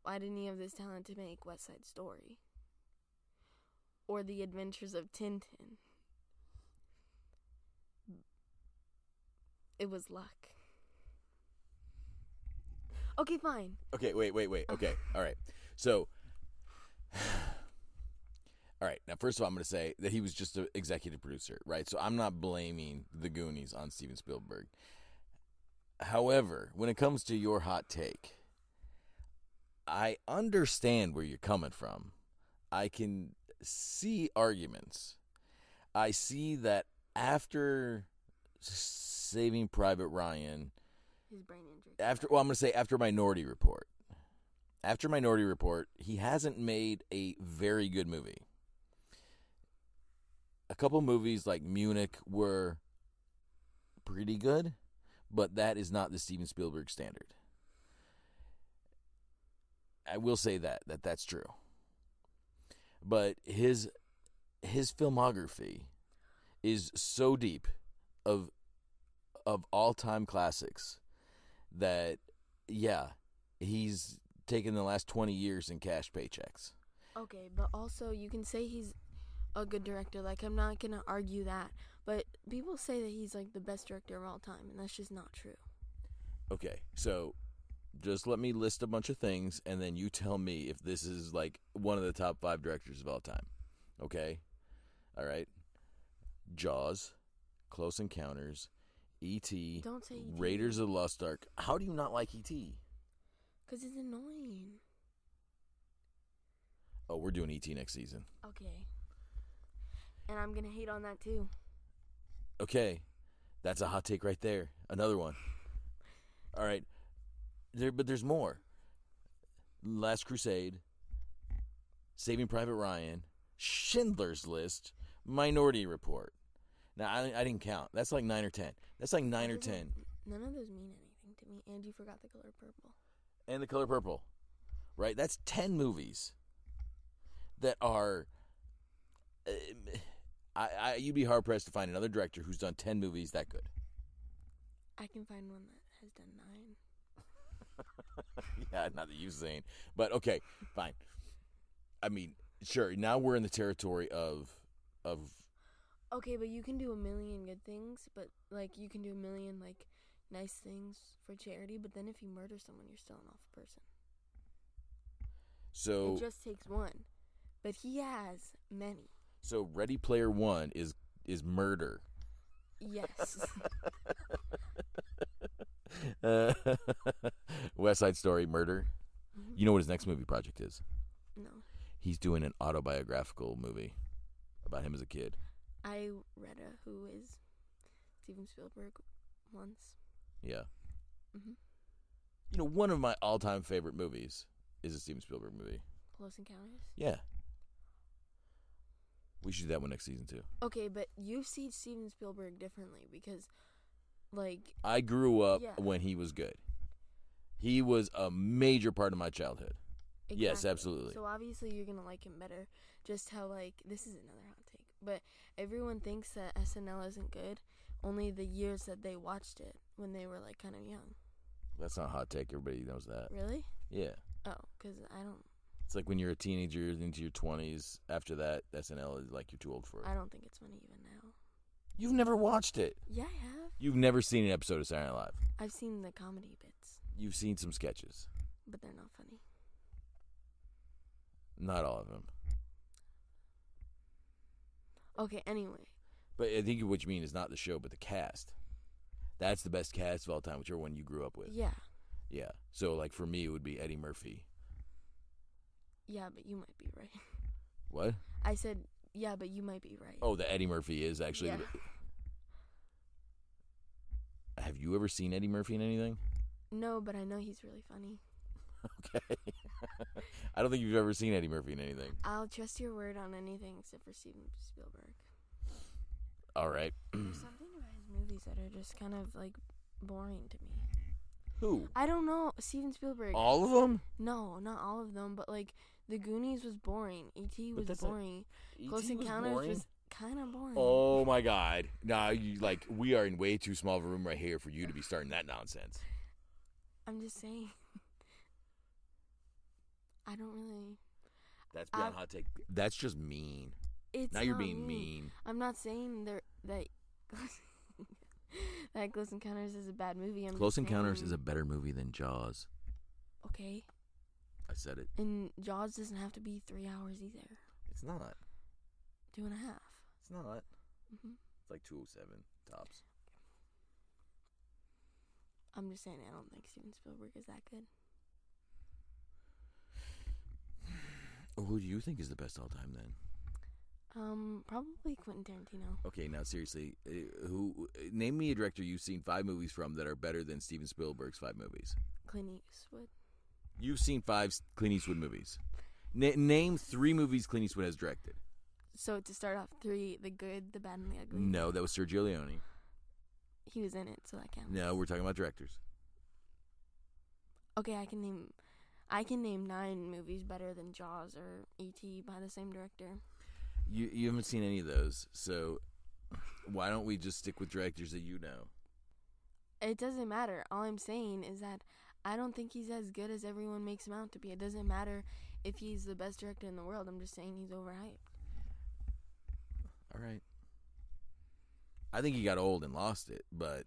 Speaker 1: why didn't he have this talent to make West Side Story? Or The Adventures of Tintin? It was luck. Okay, fine.
Speaker 2: Okay, wait, wait, wait. Okay, all right. So, all right. Now, first of all, I'm going to say that he was just an executive producer, right? So I'm not blaming the Goonies on Steven Spielberg. However, when it comes to your hot take, I understand where you're coming from. I can see arguments. I see that after Saving Private Ryan,
Speaker 1: His brain injury.
Speaker 2: after well, I'm gonna say after Minority Report. After Minority Report, he hasn't made a very good movie. A couple movies like Munich were pretty good, but that is not the Steven Spielberg standard. I will say that that that's true. But his his filmography is so deep of of all-time classics that yeah, he's taken the last 20 years in cash paychecks.
Speaker 1: Okay, but also you can say he's a good director. Like I'm not gonna argue that, but people say that he's like the best director of all time, and that's just not true.
Speaker 2: Okay. So just let me list a bunch of things and then you tell me if this is like one of the top 5 directors of all time. Okay? All right. Jaws, Close Encounters, E.T.,
Speaker 1: Don't say E E.T..
Speaker 2: Raiders of the Lost Ark. How do you not like E E.T.?
Speaker 1: Cause it's annoying.
Speaker 2: Oh, we're doing E.T. next season.
Speaker 1: Okay. And I'm gonna hate on that too.
Speaker 2: Okay. That's a hot take right there. Another one. All right. There but there's more. Last Crusade, Saving Private Ryan, Schindler's List, Minority Report. Now I, I didn't count. That's like 9 or 10. That's like 9 or
Speaker 1: That
Speaker 2: 10.
Speaker 1: doesn't- None of those mean anything to me, and you forgot the color purple.
Speaker 2: and The Color Purple, right? That's 10 movies that are. um, I, I, you'd be hard pressed to find another director who's done 10 movies that good.
Speaker 1: I can find one that has done nine.
Speaker 2: yeah, not that you've seen. But okay, fine. I mean, sure, now we're in the territory of. of
Speaker 1: Okay, but you can do a million good things, but like you can do a million like nice things for charity, but then if you murder someone, you're still an awful person.
Speaker 2: so
Speaker 1: It just takes one. But he has many.
Speaker 2: so Ready Player One is is murder.
Speaker 1: Yes.
Speaker 2: Uh, West Side Story, murder.
Speaker 1: Mm-hmm.
Speaker 2: You know what his next movie project is?
Speaker 1: no.
Speaker 2: He's doing an autobiographical movie about him as a kid.
Speaker 1: I read a who is Steven Spielberg once.
Speaker 2: Yeah.
Speaker 1: Mhm.
Speaker 2: You know, one of my all-time favorite movies is a Steven Spielberg movie.
Speaker 1: Close Encounters.
Speaker 2: Yeah. We should do that one next season too.
Speaker 1: Okay, but you see Steven Spielberg differently because, like,
Speaker 2: I grew up
Speaker 1: Yeah.
Speaker 2: when he was good. He was a major part of my childhood. Yes,
Speaker 1: exactly.
Speaker 2: absolutely.
Speaker 1: So obviously you're gonna like him better. Just how like this is another hot take, but everyone thinks that SNL isn't good. Only the years that they watched it when they were like kind of young.
Speaker 2: That's not a hot take. Everybody knows that.
Speaker 1: Really?
Speaker 2: Yeah.
Speaker 1: Oh, 'cause I don't.
Speaker 2: It's like when you're a teenager into your 20s. After that, SNL is like you're too old for it.
Speaker 1: I don't think it's funny even now.
Speaker 2: You've never watched it.
Speaker 1: Yeah, I have.
Speaker 2: You've never seen an episode of Saturday Night Live.
Speaker 1: I've seen the comedy bits,
Speaker 2: You've seen some sketches.
Speaker 1: but they're not funny.
Speaker 2: Not all of them.
Speaker 1: Okay. Anyway,
Speaker 2: But I think what you mean is not the show, but the cast. That's the best cast of all time, whichever one you grew up with.
Speaker 1: yeah,
Speaker 2: Yeah. So, like, for me, it would be Eddie Murphy.
Speaker 1: yeah, but you might be right.
Speaker 2: What?
Speaker 1: I said yeah, but you might be right.
Speaker 2: Oh, the Eddie Murphy is actually.
Speaker 1: Yeah.
Speaker 2: Have you ever seen Eddie Murphy in anything?
Speaker 1: No, but I know he's really funny.
Speaker 2: Okay. I don't think you've ever seen Eddie Murphy in anything.
Speaker 1: I'll trust your word on anything except for Steven Spielberg.
Speaker 2: All right.
Speaker 1: There's something about his movies that are just kind of like boring to me.
Speaker 2: Who?
Speaker 1: I don't know Steven Spielberg.
Speaker 2: All of them?
Speaker 1: no, not all of them, but like The Goonies was boring. E.T. was
Speaker 2: that's a- E
Speaker 1: boring. Close Encounters was kind of boring.
Speaker 2: Oh my God! Nah, you like we are in way too small of a room right here for you to be starting that nonsense.
Speaker 1: I'm just saying. I don't really.
Speaker 2: That's
Speaker 1: I-
Speaker 2: beyond hot take. That's just mean.
Speaker 1: It's
Speaker 2: now you're
Speaker 1: not
Speaker 2: being mean.
Speaker 1: I'm not saying there that that Close Encounters is a bad movie. I'm
Speaker 2: Close
Speaker 1: just
Speaker 2: Encounters
Speaker 1: saying-
Speaker 2: is a better movie than Jaws.
Speaker 1: okay,
Speaker 2: I said it.
Speaker 1: and Jaws doesn't have to be three hours either.
Speaker 2: It's not.
Speaker 1: Two and a half.
Speaker 2: It's not.
Speaker 1: Mm-hmm.
Speaker 2: It's like 207 tops.
Speaker 1: I'm just saying, I don't think Steven Spielberg is that good.
Speaker 2: Oh, Who do you think is the best all time then?
Speaker 1: Um, probably Quentin Tarantino.
Speaker 2: Okay, now seriously, uh, who uh, name me a director you've seen five movies from that are better than Steven Spielberg's five movies?
Speaker 1: Clint Eastwood.
Speaker 2: You've seen five s- Clint Eastwood movies. Na name three movies Clint Eastwood has directed.
Speaker 1: So to start off, three: the good, the bad, and the ugly.
Speaker 2: No, that was Sergio Leone.
Speaker 1: He was in it, so that counts.
Speaker 2: No, we're talking about directors.
Speaker 1: Okay, I can name, I can name nine movies better than Jaws or E.T. by the same director.
Speaker 2: You you haven't seen any of those, so why don't we just stick with directors that you know?
Speaker 1: It doesn't matter. All I'm saying is that I don't think he's as good as everyone makes him out to be. It doesn't matter if he's the best director in the world. I'm just saying he's overhyped.
Speaker 2: All right. I think he got old and lost it, but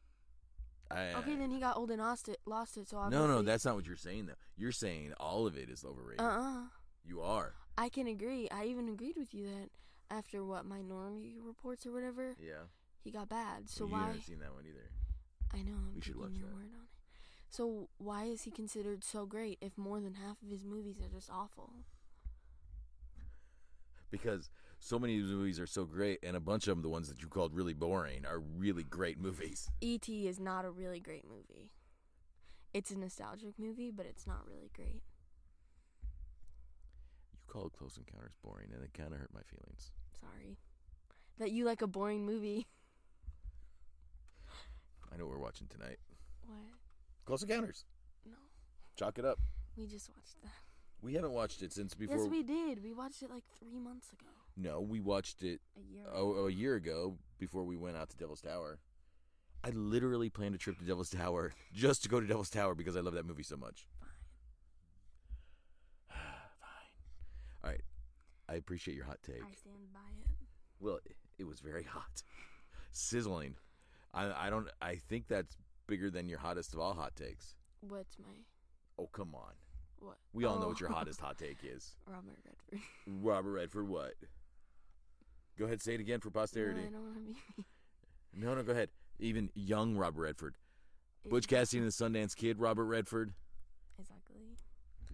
Speaker 2: I
Speaker 1: Okay, then he got old and lost it. Lost it. So
Speaker 2: no,
Speaker 1: obviously,
Speaker 2: no, that's not what you're saying though. You're saying all of it is overrated.
Speaker 1: uh uh
Speaker 2: You are.
Speaker 1: I can agree. I even agreed with you that after what minority reports or whatever,
Speaker 2: Yeah.
Speaker 1: he got bad. So
Speaker 2: you
Speaker 1: why?
Speaker 2: haven't seen that one either.
Speaker 1: I know I'm
Speaker 2: We should
Speaker 1: taking
Speaker 2: watch
Speaker 1: your
Speaker 2: that.
Speaker 1: word on it. So why is he considered so great if more than half of his movies are just awful?
Speaker 2: Because so many of these movies are so great, and a bunch of them, the ones that you called really boring, are really great movies.
Speaker 1: E.T. E is not a really great movie. It's a nostalgic movie, but it's not really great.
Speaker 2: You called Close Encounters boring, and it kind of hurt my feelings.
Speaker 1: Sorry. That you like a boring movie.
Speaker 2: I know what we're watching tonight.
Speaker 1: What?
Speaker 2: Close Encounters.
Speaker 1: No.
Speaker 2: Chalk it up.
Speaker 1: We just watched that.
Speaker 2: We haven't watched it since before.
Speaker 1: yes, we did. We watched it like three months ago.
Speaker 2: No, we watched it
Speaker 1: A year. ago.
Speaker 2: oh, a year ago before we went out to Devil's Tower. I literally planned a trip to Devil's Tower just to go to Devil's Tower because I love that movie so much.
Speaker 1: Fine.
Speaker 2: Fine. All right. I appreciate your hot take.
Speaker 1: I stand by it.
Speaker 2: Well, i- it was very hot, sizzling. I, I don't. I think that's bigger than your hottest of all hot takes.
Speaker 1: What's my
Speaker 2: Oh come on.
Speaker 1: what?
Speaker 2: We all know
Speaker 1: Oh.
Speaker 2: what your hottest hot take is.
Speaker 1: Robert Redford.
Speaker 2: Robert Redford. What? Go ahead, say it again for posterity.
Speaker 1: No, I don't want to be. mean.
Speaker 2: No, no, go ahead. Even young Robert Redford. Butch
Speaker 1: Ew.
Speaker 2: Cassidy and the Sundance Kid, Robert Redford.
Speaker 1: It's ugly.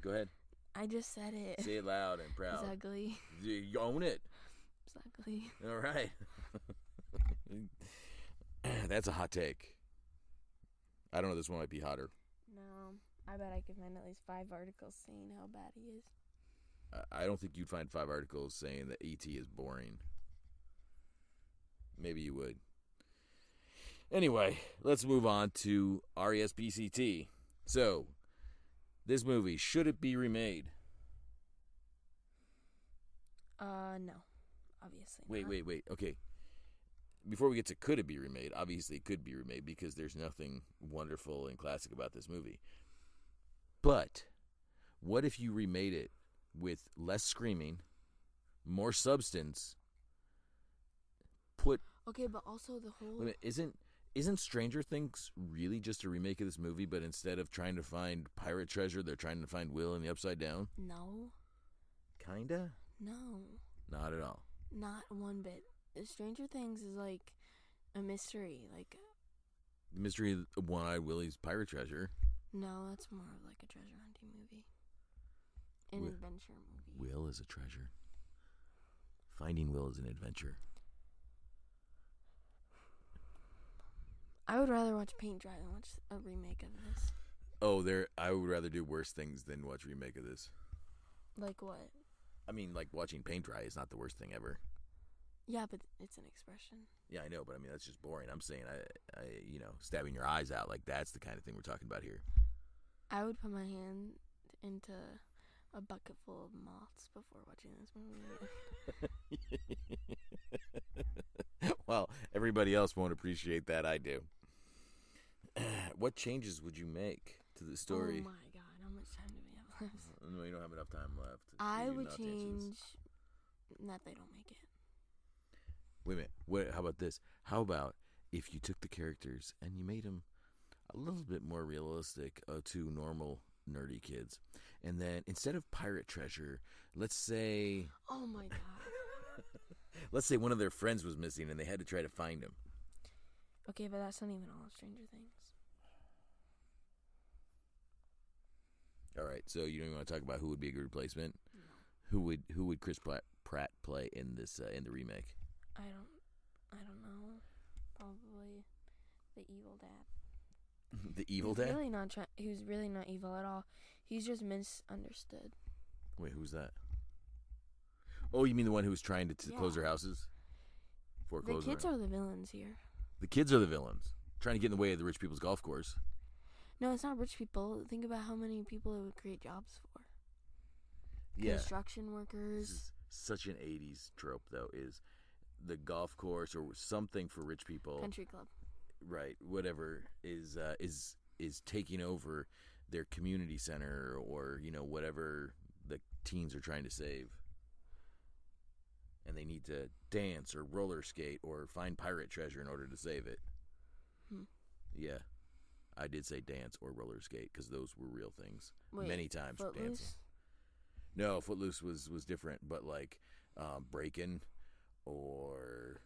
Speaker 2: Go ahead.
Speaker 1: I just said it.
Speaker 2: Say it loud and
Speaker 1: It's
Speaker 2: proud.
Speaker 1: ugly.
Speaker 2: You own it.
Speaker 1: It's ugly.
Speaker 2: All right. That's a hot take. I don't know. This one might be hotter.
Speaker 1: No, I bet I could find at least five articles saying how bad he is.
Speaker 2: I- I don't think you'd find five articles saying that ET is boring. Maybe you would. Anyway, let's move on to E RESPCT. So, this movie, should it be remade?
Speaker 1: Uh, no, obviously.
Speaker 2: Wait,
Speaker 1: not.
Speaker 2: wait, wait. Okay. Before we get to could it be remade, obviously it could be remade because there's nothing wonderful and classic about this movie. But what if you remade it with less screaming, more substance, put
Speaker 1: Okay, but also the whole.
Speaker 2: wait a minute, isn't isn't Stranger Things really just a remake of this movie, but instead of trying to find pirate treasure, they're trying to find Will in the upside down?
Speaker 1: No,
Speaker 2: Kinda?
Speaker 1: no,
Speaker 2: Not at all.
Speaker 1: not one bit. Stranger Things is like a mystery. Like,
Speaker 2: The mystery of one eyed Willie's pirate treasure.
Speaker 1: no, that's more of like a treasure hunting movie, an
Speaker 2: Wi-
Speaker 1: adventure movie.
Speaker 2: Will is a treasure. Finding Will is an adventure.
Speaker 1: I would rather watch paint dry than watch a remake of this.
Speaker 2: Oh, there. I would rather do worse things than watch remake of this.
Speaker 1: Like what?
Speaker 2: I mean, like watching paint dry is not the worst thing ever.
Speaker 1: Yeah, but it's an expression.
Speaker 2: Yeah, I know, but I mean that's just boring. I'm saying, I, I, you know, stabbing your eyes out like that's the kind of thing we're talking about here.
Speaker 1: I would put my hand into a bucket full of moths before watching this movie. again.
Speaker 2: well, everybody else won't appreciate that. I do. what changes would you make to the story?
Speaker 1: Oh my god, how much time do we have left?
Speaker 2: no, you don't have enough time left.
Speaker 1: I
Speaker 2: You do
Speaker 1: would
Speaker 2: not answer this.
Speaker 1: change. Not they don't make it.
Speaker 2: Wait a minute. What, how about this? How about if you took the characters and you made them a little bit more realistic uh, to normal nerdy kids, and then instead of pirate treasure, let's say,
Speaker 1: Oh my god.
Speaker 2: let's say one of their friends was missing and they had to try to find him.
Speaker 1: Okay, but that's not even all of Stranger Things.
Speaker 2: All right. So you don't even want to talk about who would be a good replacement. Who would who would Chris Pratt, Pratt play in this uh, in the remake?
Speaker 1: I don't. I don't know. Probably the evil dad.
Speaker 2: the evil
Speaker 1: who's
Speaker 2: dad.
Speaker 1: Really not. Try- who's really not evil at all. He's just misunderstood.
Speaker 2: Wait, who's that? Oh, you mean the one who was trying to t- close
Speaker 1: Yeah.
Speaker 2: their houses?
Speaker 1: the
Speaker 2: Foreclose their
Speaker 1: kids are the villains here.
Speaker 2: The kids are the villains, trying to get in the way of the rich people's golf course.
Speaker 1: No, it's not rich people. Think about how many people it would create jobs for. construction
Speaker 2: this
Speaker 1: workers.
Speaker 2: is such an '80s trope, though, is the golf course or something for rich people,
Speaker 1: Country club.
Speaker 2: right? Whatever is uh, is is taking over their community center or you know whatever the teens are trying to save, and they need to dance or roller skate or find pirate treasure in order to save it.
Speaker 1: Hmm.
Speaker 2: Yeah. I did say dance or roller skate because those were real things.
Speaker 1: Wait,
Speaker 2: many times dancing.
Speaker 1: Footloose?
Speaker 2: No, Footloose was was different, but like um, Breakin' or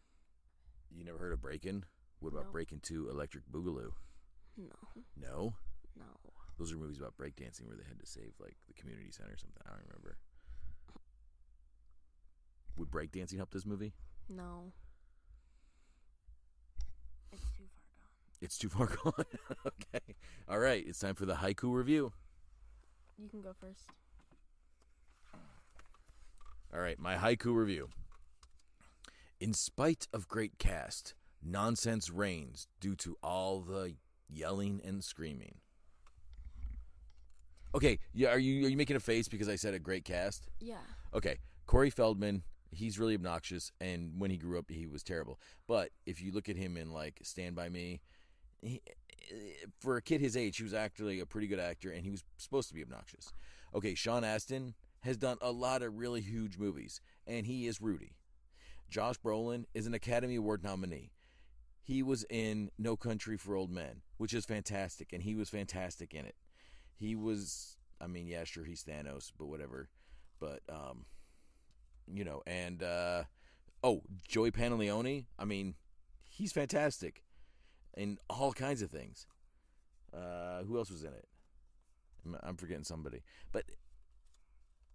Speaker 2: you never heard of Breakin'? What about
Speaker 1: No.
Speaker 2: Breakin' Two, Electric Boogaloo?
Speaker 1: No,
Speaker 2: No,
Speaker 1: no.
Speaker 2: those are movies about breakdancing where they had to save like the community center or something. I don't remember. Would breakdancing help this movie?
Speaker 1: No. It's too far gone.
Speaker 2: It's too far gone. okay, all right. It's time for the haiku review.
Speaker 1: You can go first.
Speaker 2: All right, my haiku review. In spite of great cast, nonsense reigns due to all the yelling and screaming. Okay, yeah, are you are you making a face because I said a great cast?
Speaker 1: Yeah.
Speaker 2: Okay, Corey Feldman, he's really obnoxious, and when he grew up, he was terrible. But if you look at him in like Stand by Me, he, for a kid his age, he was actually a pretty good actor, and he was supposed to be obnoxious. Okay, Sean Astin has done a lot of really huge movies, and he is Rudy. Josh Brolin is an Academy Award nominee. He was in No Country for Old Men, which is fantastic, and he was fantastic in it. He was, I mean, yeah, sure, he's Thanos, but whatever. But, um, you know, and, uh, oh, Joey Pantaleone, I mean, he's fantastic in all kinds of things. Uh, who else was in it? I'm, I'm forgetting somebody. But,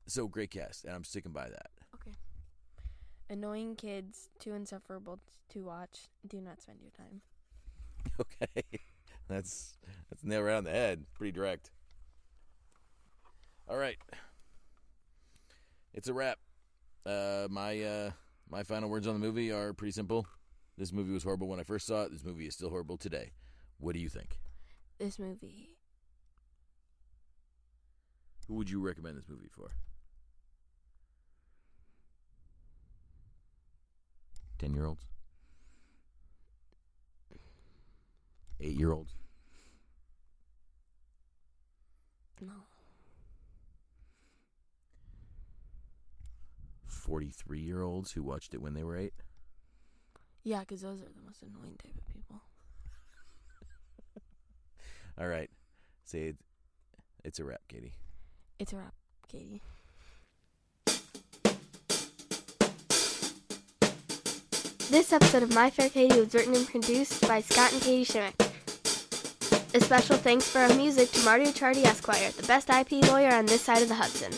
Speaker 2: so great cast, and I'm sticking by that.
Speaker 1: Annoying kids, too insufferable t- to watch. Do not spend your time.
Speaker 2: Okay, that's that's nail right on the head. Pretty direct. All right, it's a wrap. Uh, my uh, my final words on the movie are pretty simple. This movie was horrible when I first saw it. This movie is still horrible today. What do you think?
Speaker 1: This movie,
Speaker 2: Who would you recommend this movie for? Ten year olds. Eight year olds.
Speaker 1: no.
Speaker 2: 43 year olds who watched it when they were eight.
Speaker 1: Yeah, 'cause those are the most annoying type of people.
Speaker 2: All right. Say it. It's a wrap, Katie.
Speaker 1: It's a wrap, Katie.
Speaker 3: This episode of My Fair Katie was written and produced by Scott and Katie Shimmick. A special thanks for our music to Marty Chardy Esquire, the best IP lawyer on this side of the Hudson.